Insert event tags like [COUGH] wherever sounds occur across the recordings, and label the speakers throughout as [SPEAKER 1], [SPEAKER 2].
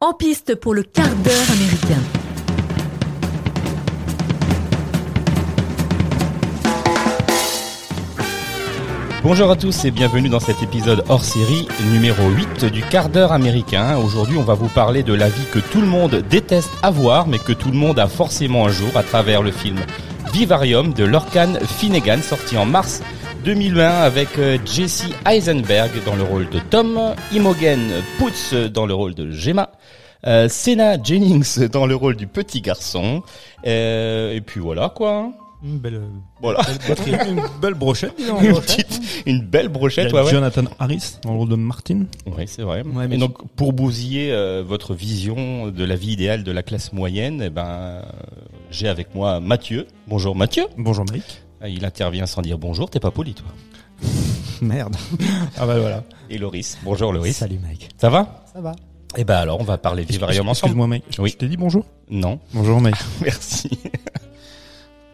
[SPEAKER 1] En piste pour le quart d'heure américain.
[SPEAKER 2] Bonjour à tous et bienvenue dans cet épisode hors série numéro 8 du quart d'heure américain. Aujourd'hui, on va vous parler de la vie que tout le monde déteste avoir, mais que tout le monde a forcément un jour à travers le film Vivarium de Lorcan Finnegan, sorti en mars 2001 avec euh, Jesse Eisenberg dans le rôle de Tom, Imogen Poots dans le rôle de Gemma, euh, Senna Jennings dans le rôle du petit garçon, euh, et puis voilà quoi. hein.
[SPEAKER 3] Une belle, euh,
[SPEAKER 2] Voilà,
[SPEAKER 3] une belle brochette, disons.
[SPEAKER 2] [LAUGHS] une, petite, une belle brochette. ouais, ouais.
[SPEAKER 3] Jonathan Harris, dans le rôle de Martin.
[SPEAKER 2] Oui, c'est vrai.
[SPEAKER 3] Ouais, mais
[SPEAKER 2] et donc, pour bousiller euh, votre vision de la vie idéale de la classe moyenne, eh ben, euh, j'ai avec moi Mathieu. Bonjour Mathieu.
[SPEAKER 3] Bonjour Mike.
[SPEAKER 2] Ah, Il intervient sans dire bonjour, t'es pas poli toi.
[SPEAKER 4] Merde.
[SPEAKER 3] Ah bah voilà.
[SPEAKER 2] Et Loris. Bonjour Loris.
[SPEAKER 4] Salut Mike.
[SPEAKER 2] Ça va
[SPEAKER 4] Ça va
[SPEAKER 2] Eh ben alors, on va parler vivarium ensemble.
[SPEAKER 3] Excuse-moi Mike.
[SPEAKER 2] Oui.
[SPEAKER 3] Je t'ai dit bonjour.
[SPEAKER 2] Non, [LAUGHS]
[SPEAKER 3] Bonjour Mike.
[SPEAKER 2] merci.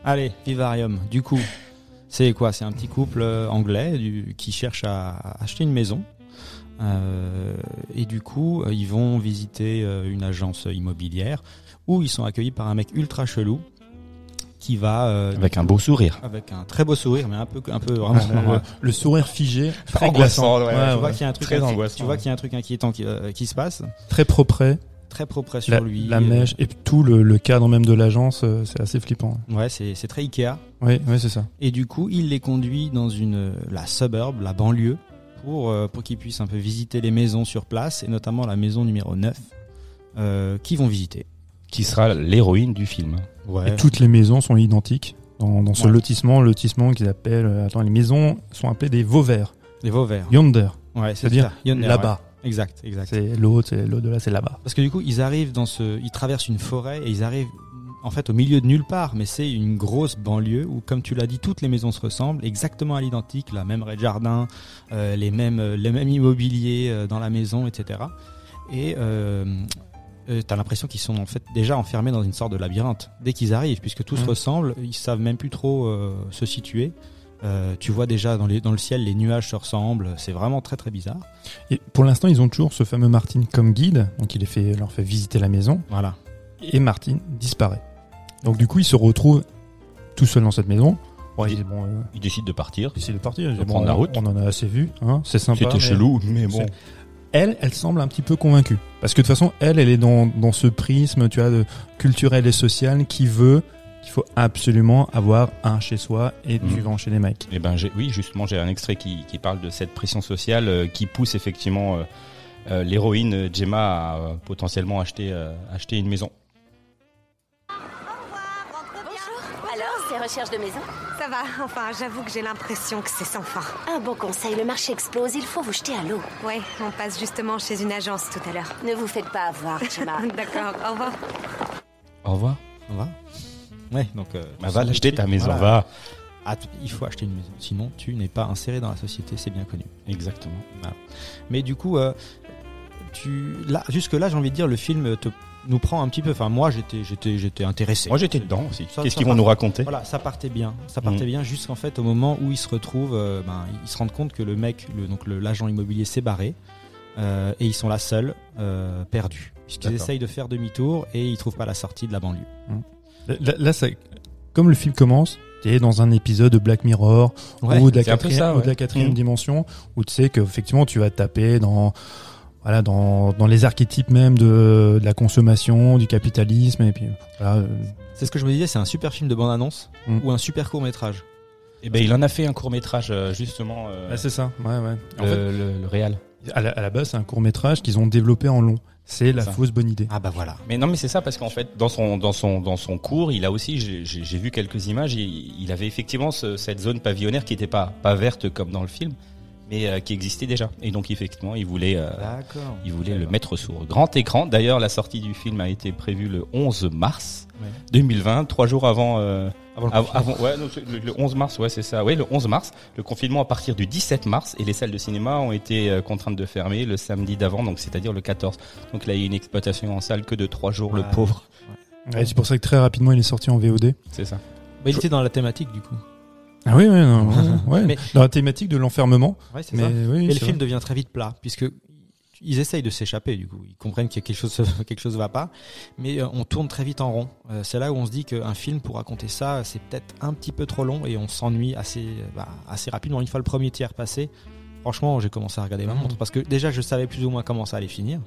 [SPEAKER 4] Allez, Vivarium. Du coup, c'est quoi C'est un petit couple euh, anglais du- qui cherche à, à acheter une maison. Euh, et du coup, euh, ils vont visiter euh, une agence immobilière où ils sont accueillis par un mec ultra chelou qui va euh,
[SPEAKER 2] Avec un beau sourire.
[SPEAKER 4] avec un très beau sourire, mais un peu, un peu vraiment. euh,
[SPEAKER 3] le, le sourire figé, très
[SPEAKER 2] Angoissant,
[SPEAKER 3] glaçant.
[SPEAKER 2] ouais,
[SPEAKER 3] [LAUGHS] Ouais,
[SPEAKER 2] ouais,
[SPEAKER 3] ouais.
[SPEAKER 4] tu vois qu'il y a un truc,
[SPEAKER 2] Très
[SPEAKER 4] inqui-
[SPEAKER 2] angoissant,
[SPEAKER 4] tu vois
[SPEAKER 2] ouais.
[SPEAKER 4] qu'il y a un truc inquiétant qui, euh, qui se passe,
[SPEAKER 3] Très propre,
[SPEAKER 4] très propre sur
[SPEAKER 3] la,
[SPEAKER 4] lui. euh,
[SPEAKER 3] la mèche et tout le, le cadre même de l'agence, euh, c'est assez flippant.
[SPEAKER 4] Ouais, c'est c'est très Ikea.
[SPEAKER 3] Oui, ouais, c'est ça.
[SPEAKER 4] Et du coup, il les conduit dans une, la suburb, la banlieue, pour, euh, pour qu'ils puissent un peu visiter les maisons sur place, et notamment la maison numéro 9, euh, qu'ils vont visiter.
[SPEAKER 2] Qui sera l'héroïne du film.
[SPEAKER 4] Ouais.
[SPEAKER 3] Et toutes les maisons sont identiques dans, dans ce
[SPEAKER 4] Ouais.
[SPEAKER 3] lotissement, lotissement qu'ils appellent. euh, attends, les maisons sont appelées des Vauvert,
[SPEAKER 4] Les Vauvert.
[SPEAKER 3] Yonder,
[SPEAKER 4] Ouais, c'est
[SPEAKER 3] c'est-à-dire
[SPEAKER 4] ça. Yonder,
[SPEAKER 3] là-bas.
[SPEAKER 4] ouais. Exact, exact.
[SPEAKER 3] C'est l'autre, c'est l'au-delà, c'est là-bas.
[SPEAKER 4] Parce que du coup, ils arrivent dans ce, ils traversent une forêt et ils arrivent en fait au milieu de nulle part, mais c'est une grosse banlieue où, comme tu l'as dit, toutes les maisons se ressemblent exactement à l'identique, la même rez-de-jardin, euh, les mêmes, les mêmes immobiliers euh, dans la maison, etc. Et euh, euh, t'as l'impression qu'ils sont en fait déjà enfermés dans une sorte de labyrinthe dès qu'ils arrivent, puisque tout se
[SPEAKER 3] Mhm.
[SPEAKER 4] ressemble, ils savent même plus trop euh, se situer. Euh, tu vois déjà dans, les, dans le ciel les nuages se ressemblent, c'est vraiment très très bizarre.
[SPEAKER 3] Et pour l'instant, ils ont toujours ce fameux Martin comme guide, donc il les fait, leur fait visiter la maison,
[SPEAKER 4] Voilà.
[SPEAKER 3] et Martin disparaît. Donc du coup, ils se retrouvent tout seuls dans cette maison. Bon, ils disent, bon, euh,
[SPEAKER 2] Il décide de partir.
[SPEAKER 3] ils essaient de partir, ils disent,
[SPEAKER 2] On prend
[SPEAKER 3] bon,
[SPEAKER 2] la
[SPEAKER 3] on-
[SPEAKER 2] route.
[SPEAKER 3] on en a assez vu, hein, c'est sympa.
[SPEAKER 2] C'était
[SPEAKER 3] mais-
[SPEAKER 2] chelou, mais bon.
[SPEAKER 3] c'est- Elle, elle semble un petit peu convaincue, parce que de toute façon, elle, elle est dans, dans ce prisme, tu vois, de culturel et social qui veut qu'il faut absolument avoir un chez soi et
[SPEAKER 2] Mhm.
[SPEAKER 3] tu vas enchaîner Mike.
[SPEAKER 2] Eh ben, j'ai- oui, justement, j'ai un extrait qui, qui parle de cette pression sociale euh, qui pousse effectivement euh, euh, l'héroïne euh, Gemma à euh, potentiellement acheter, euh, acheter une maison.
[SPEAKER 5] Bonjour. Alors, ces recherches de maison
[SPEAKER 6] Ça va, enfin, j'avoue que j'ai l'impression que c'est sans fin.
[SPEAKER 5] Un bon conseil, le marché explose, il faut vous jeter à l'eau.
[SPEAKER 6] Ouais, on passe justement chez une agence tout à l'heure.
[SPEAKER 5] Ne vous faites pas avoir,
[SPEAKER 6] [LAUGHS]
[SPEAKER 5] Chima.
[SPEAKER 6] D'accord, au revoir.
[SPEAKER 2] Au revoir.
[SPEAKER 4] On va Ouais, donc. euh,
[SPEAKER 2] Bah, va l'acheter ta maison,
[SPEAKER 4] Voilà.
[SPEAKER 2] va.
[SPEAKER 4] Ah, tu- il faut acheter une maison, sinon tu n'es pas inséré dans la société, c'est bien connu.
[SPEAKER 2] Exactement.
[SPEAKER 4] Mais du coup, euh, tu, là, jusque là, j'ai envie de dire, le film te- nous prend un petit peu. Enfin, moi, j'étais, j'étais, j'étais intéressé.
[SPEAKER 2] Moi, j'étais dedans aussi.
[SPEAKER 4] Ça-
[SPEAKER 2] Qu'est-ce
[SPEAKER 4] ça
[SPEAKER 2] qu'ils vont
[SPEAKER 4] part.
[SPEAKER 2] nous raconter
[SPEAKER 4] Voilà, ça partait bien. Ça partait
[SPEAKER 2] Mhm.
[SPEAKER 4] bien jusqu'en fait au moment où ils se retrouvent, euh, ben, ils se rendent compte que le mec, le, donc le- l'agent immobilier s'est barré euh, et ils sont là seuls, euh, perdus. Puisqu'ils
[SPEAKER 2] D'accord.
[SPEAKER 4] essayent de faire demi-tour et ils trouvent pas la sortie de la banlieue.
[SPEAKER 3] Là, là, ça- comme le film commence, t'es dans un épisode de Black Mirror, ou de la
[SPEAKER 2] c'est un peu
[SPEAKER 3] quatrième,
[SPEAKER 2] ça,
[SPEAKER 3] ou de la
[SPEAKER 2] ouais.
[SPEAKER 3] quatrième
[SPEAKER 2] Mm.
[SPEAKER 3] dimension où tu sais que effectivement tu vas taper dans voilà dans, dans les archétypes même de, de la consommation du capitalisme et puis voilà euh,
[SPEAKER 4] C'est ce que je me disais, c'est un super film de bande-annonce
[SPEAKER 3] Mhm.
[SPEAKER 4] ou un super court-métrage.
[SPEAKER 2] Eh ben, il en a fait un court métrage justement. euh,
[SPEAKER 3] Ah, c'est ça ouais ouais
[SPEAKER 2] le, le- le réal.
[SPEAKER 3] à, la, à la base c'est un court métrage qu'ils ont développé en long c'est la
[SPEAKER 2] ça.
[SPEAKER 3] fausse bonne idée
[SPEAKER 4] Ah bah voilà.
[SPEAKER 2] Mais non, mais c'est ça parce qu'en fait, dans son dans son dans son cours, il a aussi j'ai- j'ai j'ai vu quelques images. Il, il avait effectivement ce- cette zone pavillonnaire qui n'était pas pas verte comme dans le film, mais euh, qui existait déjà. Et donc effectivement, il voulait euh,
[SPEAKER 4] D'accord.
[SPEAKER 2] il voulait le mettre sur grand écran. D'ailleurs, la sortie du film a été prévue le 11 mars
[SPEAKER 4] Ouais.
[SPEAKER 2] 2020, trois jours avant. euh,
[SPEAKER 4] Avant le
[SPEAKER 2] av- avant- ouais, non, c'est- le, le 11 mars, ouais, c'est ça. Ouais, le 11 mars. Le confinement à partir du 17 mars et les salles de cinéma ont été euh, contraintes de fermer le samedi d'avant, donc c'est-à-dire le 14. Donc là, il y a une exploitation en salle que de trois jours, le
[SPEAKER 4] Ouais.
[SPEAKER 2] pauvre.
[SPEAKER 3] Ouais, c'est pour ça que très rapidement il est sorti en VOD
[SPEAKER 2] C'est ça.
[SPEAKER 4] Bah, il était dans la thématique du coup.
[SPEAKER 3] ah oui ouais, non, ouais, ouais.
[SPEAKER 4] Mais-
[SPEAKER 3] dans la thématique de l'enfermement
[SPEAKER 4] Ouais, c'est
[SPEAKER 3] mais
[SPEAKER 4] ça.
[SPEAKER 3] oui
[SPEAKER 4] Et
[SPEAKER 3] c'est
[SPEAKER 4] le film
[SPEAKER 3] vrai.
[SPEAKER 4] devient très vite plat, puisque ils essayent de s'échapper du coup. Ils comprennent que quelque chose [LAUGHS] quelque chose va pas, mais euh, on tourne très vite en rond. Euh, c'est là où on se dit qu'un film pour raconter ça, c'est peut-être un petit peu trop long et on s'ennuie assez euh, bah, assez rapidement une fois le premier tiers passé. Franchement, j'ai commencé à regarder ma
[SPEAKER 3] Mhm.
[SPEAKER 4] montre parce que déjà je savais plus ou moins comment ça allait finir.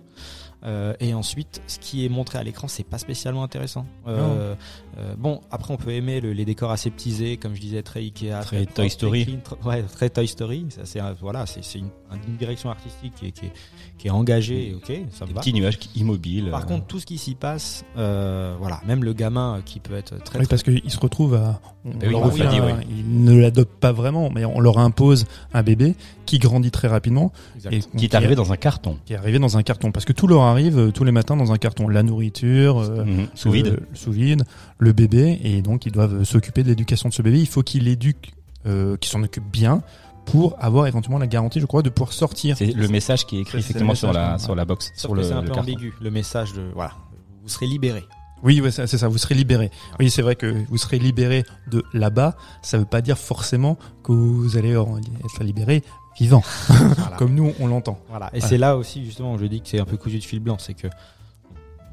[SPEAKER 4] Euh, et ensuite, ce qui est montré à l'écran, c'est pas spécialement intéressant. Euh, euh, bon, après, on peut aimer le- les décors aseptisés, comme je disais, très Ikea,
[SPEAKER 2] Très Toy
[SPEAKER 4] propre,
[SPEAKER 2] Story.
[SPEAKER 4] clean, tr- ouais, très Toy Story. Ça, c'est un- voilà, c'est c'est une, une direction artistique qui est, qui est, qui est engagée. et Ok, ça me
[SPEAKER 2] Des
[SPEAKER 4] va.
[SPEAKER 2] petits nuages qui- immobiles.
[SPEAKER 4] Par
[SPEAKER 2] euh,
[SPEAKER 4] contre, tout ce qui s'y passe, euh, voilà, même le gamin euh, qui peut être très,
[SPEAKER 3] Oui,
[SPEAKER 4] très-
[SPEAKER 3] parce qu'il se retrouve à. on
[SPEAKER 2] oui,
[SPEAKER 3] leur
[SPEAKER 2] on l'a dit,
[SPEAKER 3] un-
[SPEAKER 2] oui.
[SPEAKER 3] Ils ne l'adoptent pas vraiment, mais on leur impose un bébé qui grandit très rapidement.
[SPEAKER 4] Exact.
[SPEAKER 3] Et
[SPEAKER 2] qui est arrivé dans un carton.
[SPEAKER 3] qui est arrivé dans un carton. Parce que tout leur arrive euh, tous les matins dans un carton. La nourriture, euh,
[SPEAKER 2] Mhm. Sous vide.
[SPEAKER 3] le- sous vide, le bébé. Et donc, ils doivent euh, s'occuper de l'éducation de ce bébé. Il faut qu'ils l'éduquent, euh, qu'ils s'en occupent bien pour avoir éventuellement la garantie, je crois, de pouvoir sortir.
[SPEAKER 2] C'est le message qui est écrit
[SPEAKER 3] C'est- c'est le
[SPEAKER 2] effectivement sur
[SPEAKER 3] message,
[SPEAKER 2] la
[SPEAKER 3] ouais.
[SPEAKER 2] sur la box,
[SPEAKER 4] Sauf
[SPEAKER 2] sur
[SPEAKER 4] que
[SPEAKER 2] le,
[SPEAKER 4] c'est un
[SPEAKER 2] le
[SPEAKER 4] peu
[SPEAKER 2] carton.
[SPEAKER 4] ambigu. Le message de voilà, vous
[SPEAKER 2] [LAUGHS]
[SPEAKER 4] serez libéré.
[SPEAKER 3] Oui, ouais, c'est c'est ça, vous serez libéré. Oui, c'est vrai que vous serez libéré de là-bas. Ça veut pas dire forcément que vous allez en- être libéré vivant,
[SPEAKER 2] Ah.
[SPEAKER 3] comme nous, on l'entend.
[SPEAKER 4] Voilà. Et
[SPEAKER 3] Voilà.
[SPEAKER 4] c'est là aussi justement où je dis que c'est un peu cousu de fil blanc, c'est que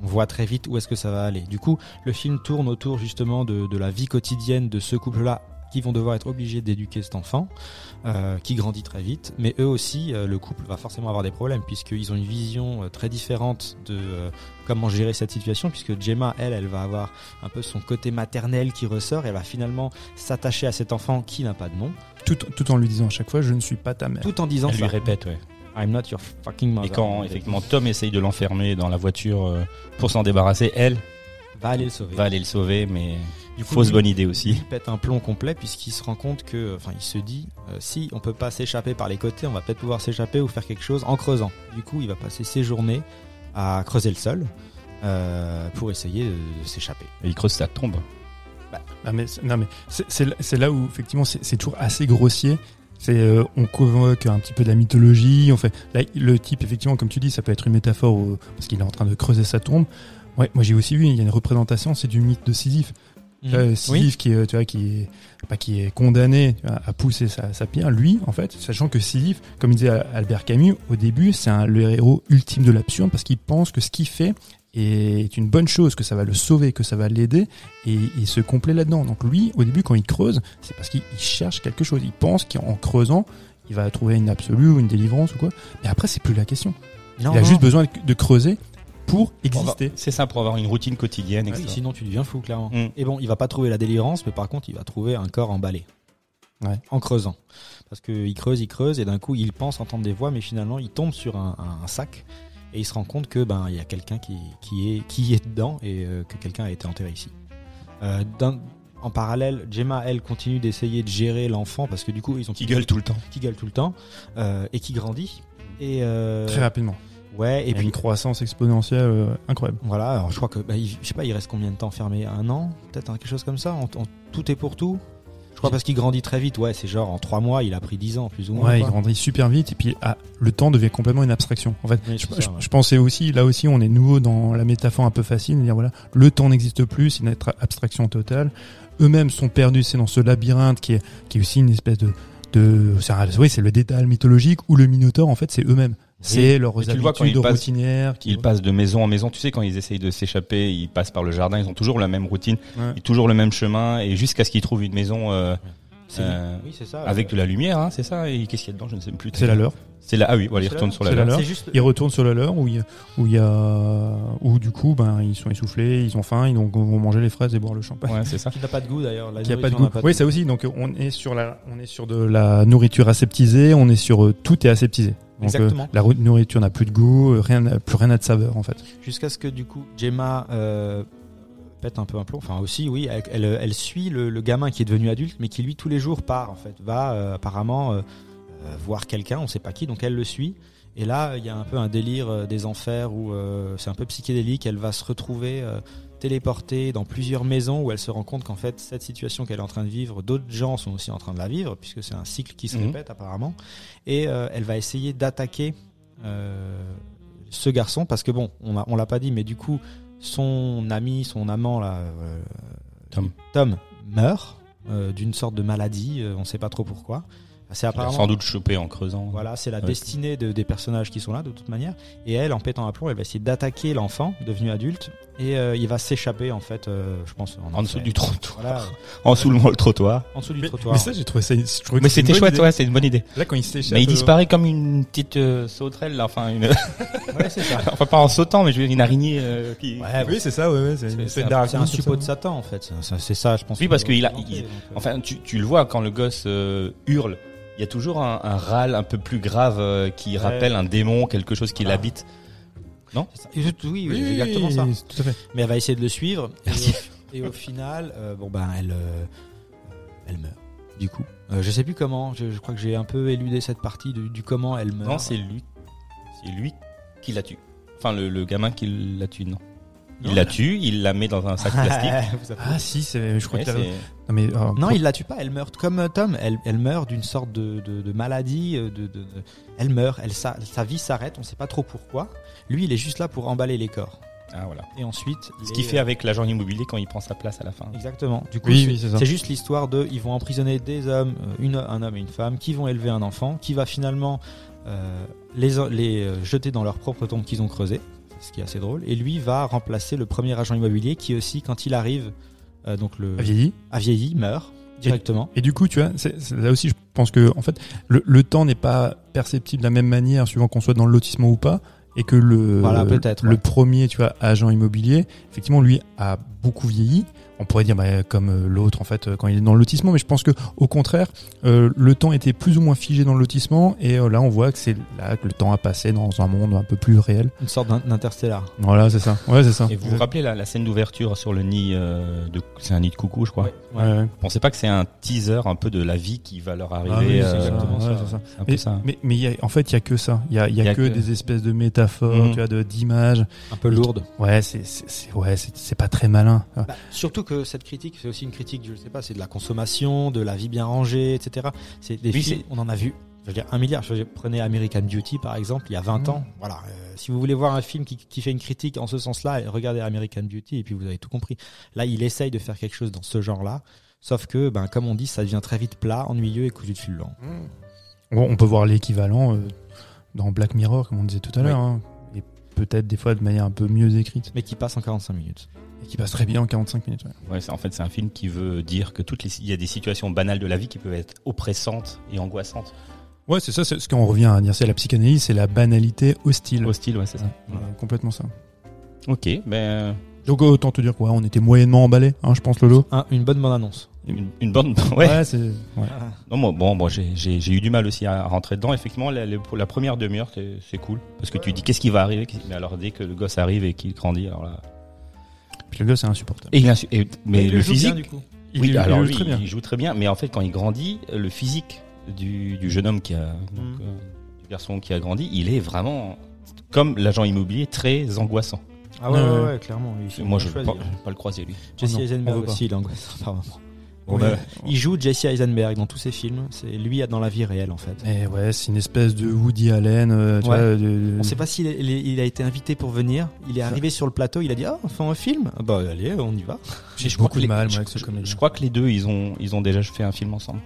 [SPEAKER 4] on voit très vite où est-ce que ça va aller. Du coup, le film tourne autour justement de, de la vie quotidienne de ce couple-là qui vont devoir être obligés d'éduquer cet enfant euh, qui grandit très vite, mais eux aussi, euh, le couple va forcément avoir des problèmes puisqu'ils ont une vision euh, très différente de euh, comment gérer cette situation puisque Gemma, elle, elle va avoir un peu son côté maternel qui ressort, elle va finalement s'attacher à cet enfant qui n'a pas de nom,
[SPEAKER 3] Tout, tout en lui disant à chaque fois, je ne suis pas ta mère.
[SPEAKER 4] tout en disant
[SPEAKER 2] Elle lui
[SPEAKER 4] ça,
[SPEAKER 2] répète, ouais.
[SPEAKER 4] I'm not your fucking
[SPEAKER 2] Et
[SPEAKER 4] mother.
[SPEAKER 2] quand effectivement Tom essaye de l'enfermer dans la voiture euh, pour s'en débarrasser, elle
[SPEAKER 4] va aller le sauver.
[SPEAKER 2] va aller le sauver, mais
[SPEAKER 4] Du coup,
[SPEAKER 2] fausse
[SPEAKER 4] lui,
[SPEAKER 2] bonne idée aussi.
[SPEAKER 4] Il pète un plomb complet puisqu'il se rend compte que, enfin, il se dit, euh, si on peut pas s'échapper par les côtés, on va peut-être pouvoir s'échapper ou faire quelque chose en creusant. Du coup, il va passer ses journées à creuser le sol euh, pour essayer de, de s'échapper.
[SPEAKER 2] Et il creuse sa tombe.
[SPEAKER 3] Non mais, c'est- non, mais c'est- c'est là- c'est là où effectivement c'est c'est toujours assez grossier. C'est euh, on convoque un petit peu de la mythologie. On fait là, le type effectivement comme tu dis ça peut être une métaphore euh, parce qu'il est en train de creuser sa tombe. Ouais, moi j'ai aussi vu il y a une représentation c'est du mythe de Sisyphe.
[SPEAKER 4] Mmh.
[SPEAKER 3] Euh, Sisyphe qui est, tu vois qui est pas qui est condamné tu vois, à pousser sa, sa pierre. Lui en fait sachant que Sisyphe comme il disait Albert Camus au début c'est un- le héros ultime de l'absurde parce qu'il pense que ce qu'il fait est une bonne chose, que ça va le sauver, que ça va l'aider, et il se complaît là-dedans. Donc lui, au début, quand il creuse, c'est parce qu'il il cherche quelque chose. Il pense qu'en creusant, il va trouver une absolue ou une délivrance ou quoi. Mais après, c'est plus la question.
[SPEAKER 4] Non,
[SPEAKER 3] il a
[SPEAKER 4] non.
[SPEAKER 3] juste besoin de creuser pour
[SPEAKER 2] Pour avoir-
[SPEAKER 3] exister.
[SPEAKER 2] C'est ça pour avoir une routine quotidienne.
[SPEAKER 4] Ah Oui,
[SPEAKER 2] etc.
[SPEAKER 4] sinon, tu deviens fou, clairement.
[SPEAKER 2] Mm.
[SPEAKER 4] Et bon, il va pas trouver la délirance, mais par contre, il va trouver un corps emballé.
[SPEAKER 3] Ouais.
[SPEAKER 4] En creusant. Parce qu'il creuse, il creuse, et d'un coup, il pense entendre des voix, mais finalement, il tombe sur un, un- un sac. Et il se rend compte que ben il y a quelqu'un qui, qui est qui y est dedans et euh, que quelqu'un a été enterré ici. Euh, d'un- en parallèle, Gemma elle continue d'essayer de gérer l'enfant parce que du coup ils ont
[SPEAKER 2] Qui gueule tout le temps.
[SPEAKER 4] qui gueule tout le temps euh, et qui grandit et euh,
[SPEAKER 3] Très rapidement.
[SPEAKER 4] ouais et
[SPEAKER 3] Et puis
[SPEAKER 4] puis
[SPEAKER 3] une croissance exponentielle euh, incroyable.
[SPEAKER 4] voilà, alors je crois que, bah, il- je sais pas, il reste combien de temps fermé Un an Peut-être hein, quelque chose comme ça en, en Tout est pour tout Je crois parce qu'il grandit très vite, ouais, c'est genre en trois mois, il a pris 10 ans plus ou moins.
[SPEAKER 3] Ouais, il
[SPEAKER 4] quoi.
[SPEAKER 3] grandit super vite et puis ah, le temps devient complètement une abstraction. En fait,
[SPEAKER 4] Oui,
[SPEAKER 3] je,
[SPEAKER 4] c'est
[SPEAKER 3] je-
[SPEAKER 4] ça, ouais.
[SPEAKER 3] je pensais aussi, là aussi, on est nouveau dans la métaphore un peu facile, de dire voilà, le temps n'existe plus, c'est une abstra- abstraction totale. Eux-mêmes sont perdus, c'est dans ce labyrinthe qui est, qui est aussi une espèce de, de c'est un- oui, c'est le détail mythologique où le minotaure, en fait, c'est eux-mêmes. C'est leurs
[SPEAKER 2] Mais tu le vois quand
[SPEAKER 3] habitudes
[SPEAKER 2] ils passent-
[SPEAKER 3] routinières. qui-
[SPEAKER 2] Ils passent de maison en maison. Tu sais, quand ils essayent de s'échapper, ils passent par le jardin. Ils ont toujours la même routine,
[SPEAKER 3] Ouais.
[SPEAKER 2] et toujours le même chemin, et jusqu'à ce qu'ils trouvent une maison euh,
[SPEAKER 4] C'est-
[SPEAKER 2] euh,
[SPEAKER 4] oui, c'est ça.
[SPEAKER 2] avec de la lumière, hein, c'est ça. Et qu'est-ce qu'il y a dedans Je ne sais plus.
[SPEAKER 3] C'est la leur.
[SPEAKER 2] C'est la. Ah oui, voilà, ils
[SPEAKER 4] C'est la
[SPEAKER 2] retournent
[SPEAKER 4] leur.
[SPEAKER 2] sur la.
[SPEAKER 3] C'est la
[SPEAKER 2] leur.
[SPEAKER 3] leur.
[SPEAKER 4] C'est juste. euh,
[SPEAKER 3] Ils retournent sur la leur où il y a, où il y a, où du coup, ben, ils sont essoufflés, ils ont faim, ils vont, vont manger les fraises et boire le champagne.
[SPEAKER 2] Ouais, c'est ça.
[SPEAKER 4] Qui n'a pas de goût d'ailleurs. la
[SPEAKER 3] qui a pas de
[SPEAKER 4] nourriture
[SPEAKER 3] goût.
[SPEAKER 4] n'a
[SPEAKER 3] oui, ça aussi. Donc euh, on est sur la, on est sur de la nourriture aseptisée. On est sur euh, tout est aseptisé. Donc,
[SPEAKER 4] Exactement.
[SPEAKER 3] la rou- nourriture n'a plus de goût, euh, rien, n'a- plus rien n'a de saveur en fait.
[SPEAKER 4] Jusqu'à ce que du coup Gemma euh, pète un peu un plomb. Enfin aussi oui, elle, elle, elle suit le, le gamin qui est devenu adulte, mais qui lui tous les jours part en fait, va euh, apparemment euh, euh, voir quelqu'un, on sait pas qui, donc elle le suit. Et là il y a un peu un délire euh, des enfers où euh, c'est un peu psychédélique. Elle va se retrouver euh, téléportée dans plusieurs maisons où elle se rend compte qu'en fait cette situation qu'elle est en train de vivre, d'autres gens sont aussi en train de la vivre puisque c'est un cycle qui se
[SPEAKER 2] Mhm.
[SPEAKER 4] répète apparemment. Et euh, elle va essayer d'attaquer. euh, ce garçon parce que bon, on a- on l'a pas dit, mais du coup, son ami, son amant là, euh,
[SPEAKER 2] Tom.
[SPEAKER 4] Tom meurt euh, d'une sorte de maladie, euh, on sait pas trop pourquoi. C'est
[SPEAKER 2] Il a
[SPEAKER 4] apparemment.
[SPEAKER 2] sans doute chopé en creusant.
[SPEAKER 4] Voilà, c'est la
[SPEAKER 2] Ouais.
[SPEAKER 4] destinée de- des personnages qui sont là de toute manière. Et elle, en pétant un plomb, elle va essayer d'attaquer l'enfant devenu adulte. Et euh, il va s'échapper en fait, euh, je pense,
[SPEAKER 2] En dessous du trottoir.
[SPEAKER 4] Voilà,
[SPEAKER 2] En soulevant le trottoir.
[SPEAKER 4] en dessous du
[SPEAKER 3] Mais,
[SPEAKER 4] trottoir.
[SPEAKER 3] mais ça, j'ai trouvé ça. je trouvais que
[SPEAKER 2] Mais c'était
[SPEAKER 3] c'était une bonne
[SPEAKER 2] chouette,
[SPEAKER 3] idée.
[SPEAKER 2] ouais, c'est une bonne idée.
[SPEAKER 3] Là, quand il s'échappe.
[SPEAKER 2] Mais il
[SPEAKER 3] euh,
[SPEAKER 2] disparaît comme une petite euh, sauterelle, là. enfin, une... [LAUGHS]
[SPEAKER 4] Ouais, c'est ça.
[SPEAKER 2] enfin pas en sautant, mais je veux dire une araignée euh, qui.
[SPEAKER 4] Ouais,
[SPEAKER 3] Ah, Oui, c'est ça, ouais, ouais. C'est
[SPEAKER 2] c'est
[SPEAKER 3] une espèce
[SPEAKER 2] un-
[SPEAKER 4] C'est
[SPEAKER 3] d'araignée,
[SPEAKER 4] un
[SPEAKER 3] tout
[SPEAKER 4] suppôt
[SPEAKER 3] ça.
[SPEAKER 4] de Satan en fait. C'est- C'est ça, je pense.
[SPEAKER 2] Oui, parce
[SPEAKER 4] qu'on
[SPEAKER 2] qu'il a-
[SPEAKER 4] va présenter,
[SPEAKER 2] il-
[SPEAKER 4] donc, euh,
[SPEAKER 2] Enfin, tu, tu le vois quand le gosse euh, hurle. Il y a toujours un, un râle un peu plus grave euh, qui rappelle un démon, quelque chose qui
[SPEAKER 4] Voilà.
[SPEAKER 2] l'habite.
[SPEAKER 4] c'est ça. Et je- Oui, oui,
[SPEAKER 3] Oui,
[SPEAKER 4] c'est exactement ça.
[SPEAKER 3] Tout à fait.
[SPEAKER 4] Mais elle va essayer de le suivre. Et
[SPEAKER 2] Merci.
[SPEAKER 4] au- Et, au final, euh, bon ben, elle, euh, elle meurt. Du coup, Euh, je sais plus comment. Je, je crois que j'ai un peu éludé cette partie du, du comment elle meurt.
[SPEAKER 2] Non,
[SPEAKER 4] [LAUGHS]
[SPEAKER 2] c'est lui. C'est lui qui la tue. Enfin, le, le gamin qui la tue, non.
[SPEAKER 4] Non.
[SPEAKER 2] Il la tue, il la met dans un sac
[SPEAKER 4] [LAUGHS]
[SPEAKER 2] plastique.
[SPEAKER 4] Vous avez-
[SPEAKER 3] Ah, si, c'est- je crois
[SPEAKER 2] Ouais,
[SPEAKER 3] que t'as-
[SPEAKER 2] c'est-
[SPEAKER 3] Non, mais. oh, alors,
[SPEAKER 4] Non, il la tue pas, elle meurt. Comme euh, Tom, elle, elle meurt d'une sorte de, de- de maladie. euh, De, de- de- Elle meurt, elle, sa, sa vie s'arrête, on sait pas trop pourquoi. Lui, il est juste là pour emballer les corps.
[SPEAKER 2] Ah, voilà.
[SPEAKER 4] Et ensuite.
[SPEAKER 2] Ce
[SPEAKER 4] les-
[SPEAKER 2] qu'il fait avec l'agent immobilier quand il prend sa place à la fin.
[SPEAKER 4] Exactement. Du coup,
[SPEAKER 3] Oui,
[SPEAKER 4] c'est-
[SPEAKER 3] oui, c'est ça.
[SPEAKER 4] c'est juste l'histoire de. Ils vont emprisonner des hommes, euh, une, un homme et une femme, qui vont élever un enfant, qui va finalement euh, les, les euh, jeter dans leur propre tombe qu'ils ont creusée, ce qui est assez drôle. Et lui va remplacer le premier agent immobilier qui aussi, quand il arrive, euh, donc le
[SPEAKER 3] a vieilli.
[SPEAKER 4] a vieilli, meurt directement.
[SPEAKER 3] Et du coup, tu vois, c'est- c'est- là aussi, je pense que en fait, le, le temps n'est pas perceptible de la même manière suivant qu'on soit dans le lotissement ou pas, et que le
[SPEAKER 4] Voilà, peut-être,
[SPEAKER 3] le
[SPEAKER 4] ouais.
[SPEAKER 3] premier, tu vois, agent immobilier, effectivement, lui a beaucoup vieilli. On pourrait dire bah, comme euh, l'autre en fait euh, quand il est dans le lotissement, mais je pense que au contraire, euh, le temps était plus ou moins figé dans le lotissement, et euh, là, on voit que c'est là que le temps a passé dans un monde un peu plus réel.
[SPEAKER 4] Une sorte d'in- d'interstellar.
[SPEAKER 3] Voilà, c'est ça. Ouais, c'est ça.
[SPEAKER 2] Et vous vous rappelez la, la scène d'ouverture sur le nid euh, de c'est un nid de coucou je crois.
[SPEAKER 4] Ouais.
[SPEAKER 3] Ouais, ouais.
[SPEAKER 2] On sait pas que c'est un teaser un peu de la vie qui va leur arriver.
[SPEAKER 3] Ah oui, c'est
[SPEAKER 2] euh,
[SPEAKER 3] exactement ça, c'est ça.
[SPEAKER 2] un peu
[SPEAKER 3] Mais,
[SPEAKER 2] ça.
[SPEAKER 3] mais, mais il y a- en fait, il y a que ça. Il y a, il y a que, des espèces de métaphores,
[SPEAKER 2] Mhm.
[SPEAKER 3] tu vois, de- d'images.
[SPEAKER 4] Un peu lourde.
[SPEAKER 3] Ouais, c'est c'est- c'est- ouais, c'est- c'est pas très malin.
[SPEAKER 4] Bah, surtout que cette critique, c'est aussi une critique, je ne sais pas, c'est de la consommation, de la vie bien rangée, etc. C'est des
[SPEAKER 2] Oui,
[SPEAKER 4] films, on en a vu. Je veux dire, un milliard. Je veux dire, prenez American Beauty, par exemple, il y a 20
[SPEAKER 2] Mmh.
[SPEAKER 4] ans. Voilà. euh, si vous voulez voir un film qui, qui fait une critique en ce sens-là, regardez American Beauty et puis vous avez tout compris. Là, il essaye de faire quelque chose dans ce genre-là. Sauf que, ben, comme on dit, ça devient très vite plat, ennuyeux et cousu de fil blanc.
[SPEAKER 2] Mmh.
[SPEAKER 3] Bon, on peut voir l'équivalent euh, dans Black Mirror, comme on disait tout à
[SPEAKER 4] Oui.
[SPEAKER 3] l'heure. hein. Et peut-être des fois de manière un peu mieux écrite.
[SPEAKER 4] Mais qui passe en 45 minutes.
[SPEAKER 3] Et qui passe très bien en 45 minutes. ouais.
[SPEAKER 2] Ouais, c'est- en fait c'est un film qui veut dire que toutes les il y a des situations banales de la vie qui peuvent être oppressantes et angoissantes.
[SPEAKER 3] Ouais, c'est ça, c'est ce qu'on revient à dire. C'est la psychanalyse, c'est la banalité hostile.
[SPEAKER 2] Hostile ouais c'est ça. Voilà.
[SPEAKER 3] Ouais, Complètement ça.
[SPEAKER 2] Ok ben
[SPEAKER 3] Donc autant te dire quoi, on était moyennement emballé, hein, je pense, Lolo.
[SPEAKER 4] Un- une bonne bande-annonce.
[SPEAKER 2] une, une bande [LAUGHS] ouais.
[SPEAKER 3] c'est. ouais.
[SPEAKER 2] Non moi, bon bon j'ai j'ai j'ai eu du mal aussi à rentrer dedans effectivement la, la- pour la première demi-heure c'est c'est cool parce que tu dis qu'est-ce qui va arriver Qu'est-ce- mais alors dès que le gosse arrive et qu'il grandit alors là
[SPEAKER 3] Puis le gars, c'est insupportable.
[SPEAKER 2] et, il insu- et- mais
[SPEAKER 4] Et
[SPEAKER 2] le,
[SPEAKER 4] il joue bien,
[SPEAKER 2] physique
[SPEAKER 4] du coup.
[SPEAKER 2] Oui,
[SPEAKER 3] il,
[SPEAKER 2] alors
[SPEAKER 3] il-
[SPEAKER 2] lui,
[SPEAKER 3] très bien.
[SPEAKER 2] il joue très bien, mais en fait, quand il grandit, le physique du, du jeune homme qui a, donc,
[SPEAKER 4] Mm.
[SPEAKER 2] euh, du garçon qui a grandi, il est vraiment comme l'agent immobilier très angoissant.
[SPEAKER 4] Ah ouais, ouais,
[SPEAKER 3] Ouais.
[SPEAKER 4] ouais, clairement. il faut
[SPEAKER 2] Moi,
[SPEAKER 4] bien
[SPEAKER 2] je veux pas,
[SPEAKER 4] choisir.
[SPEAKER 2] je veux pas le croiser lui.
[SPEAKER 4] Jesse
[SPEAKER 3] Oh non, on
[SPEAKER 4] Eisenberg
[SPEAKER 3] veut pas.
[SPEAKER 4] aussi, il
[SPEAKER 3] [LAUGHS]
[SPEAKER 4] est angoissant par moment.
[SPEAKER 3] Bon,
[SPEAKER 4] Oui.
[SPEAKER 3] bah,
[SPEAKER 4] Il joue Jesse Eisenberg dans tous ses films. C'est lui dans la vie réelle en fait.
[SPEAKER 3] Et ouais, c'est une espèce de Woody Allen. euh, tu
[SPEAKER 4] Ouais.
[SPEAKER 3] vois, de-
[SPEAKER 4] On sait pas s'il est- il est- il a été invité pour venir. Il est arrivé sur le plateau. Il a dit ah on fait un film. Ah Bah allez on y va.
[SPEAKER 3] J'ai
[SPEAKER 2] Je crois
[SPEAKER 3] beaucoup
[SPEAKER 2] que
[SPEAKER 3] de
[SPEAKER 2] les-
[SPEAKER 3] mal,
[SPEAKER 2] je-
[SPEAKER 3] moi, avec ce
[SPEAKER 2] je-
[SPEAKER 3] comédien.
[SPEAKER 2] Je crois que les deux, ils ont, ils ont déjà fait un film ensemble.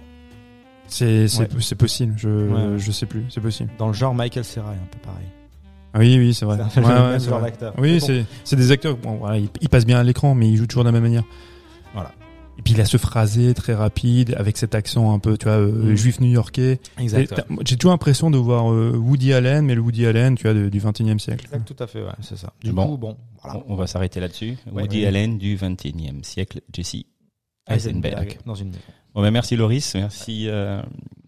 [SPEAKER 3] C'est c'est
[SPEAKER 4] Ouais.
[SPEAKER 3] po- c'est possible, je,
[SPEAKER 4] Ouais.
[SPEAKER 3] je sais plus, c'est possible.
[SPEAKER 4] Dans le genre Michael Cera est un peu pareil.
[SPEAKER 3] Ah Oui, oui, c'est vrai.
[SPEAKER 4] C'est un
[SPEAKER 3] Ouais,
[SPEAKER 4] [LAUGHS] genre-
[SPEAKER 3] ouais,
[SPEAKER 4] un
[SPEAKER 3] c'est
[SPEAKER 4] genre
[SPEAKER 3] vrai.
[SPEAKER 4] d'acteur. Mais
[SPEAKER 3] Oui,
[SPEAKER 4] bon,
[SPEAKER 3] c'est c'est des acteurs, bon, voilà, ils, ils passent bien à l'écran, mais ils jouent toujours de la même manière.
[SPEAKER 4] Voilà.
[SPEAKER 3] Et puis il a ce phrasé très rapide, avec cet accent un peu, tu vois, euh,
[SPEAKER 4] Mm.
[SPEAKER 3] juif new-yorkais. Et
[SPEAKER 4] exact. ouais.
[SPEAKER 3] t'as- J'ai toujours l'impression de voir euh, Woody Allen, mais le Woody Allen, tu vois, de- du 21 e siècle.
[SPEAKER 4] Exact, tout à fait ouais c'est ça. Du
[SPEAKER 2] Bon.
[SPEAKER 4] coup bon voilà.
[SPEAKER 2] On, on va s'arrêter là-dessus.
[SPEAKER 4] Ouais.
[SPEAKER 2] Woody
[SPEAKER 4] Ouais.
[SPEAKER 2] Allen du 21e siècle, Jesse Eisenberg.
[SPEAKER 4] dans une
[SPEAKER 2] Bon, ben, merci Loris, merci euh,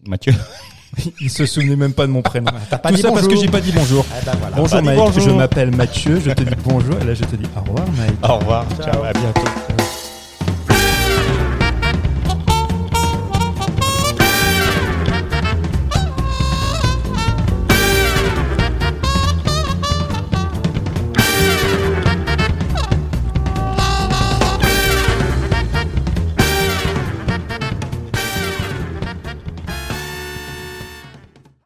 [SPEAKER 2] Mathieu. [LAUGHS]
[SPEAKER 3] [LAUGHS] Il se souvenait même pas de mon prénom.
[SPEAKER 4] Ah, pas
[SPEAKER 3] Tout
[SPEAKER 4] dit
[SPEAKER 3] ça parce que
[SPEAKER 4] bonjour.
[SPEAKER 3] j'ai pas dit bonjour.
[SPEAKER 4] Ah bah voilà.
[SPEAKER 3] bonjour
[SPEAKER 4] Bah, dis
[SPEAKER 3] Mike, je
[SPEAKER 4] bonjour.
[SPEAKER 3] m'appelle Mathieu, je te dis bonjour, et là je te dis au revoir Mike.
[SPEAKER 2] Au revoir.
[SPEAKER 4] Ciao.
[SPEAKER 2] Ciao, à bientôt.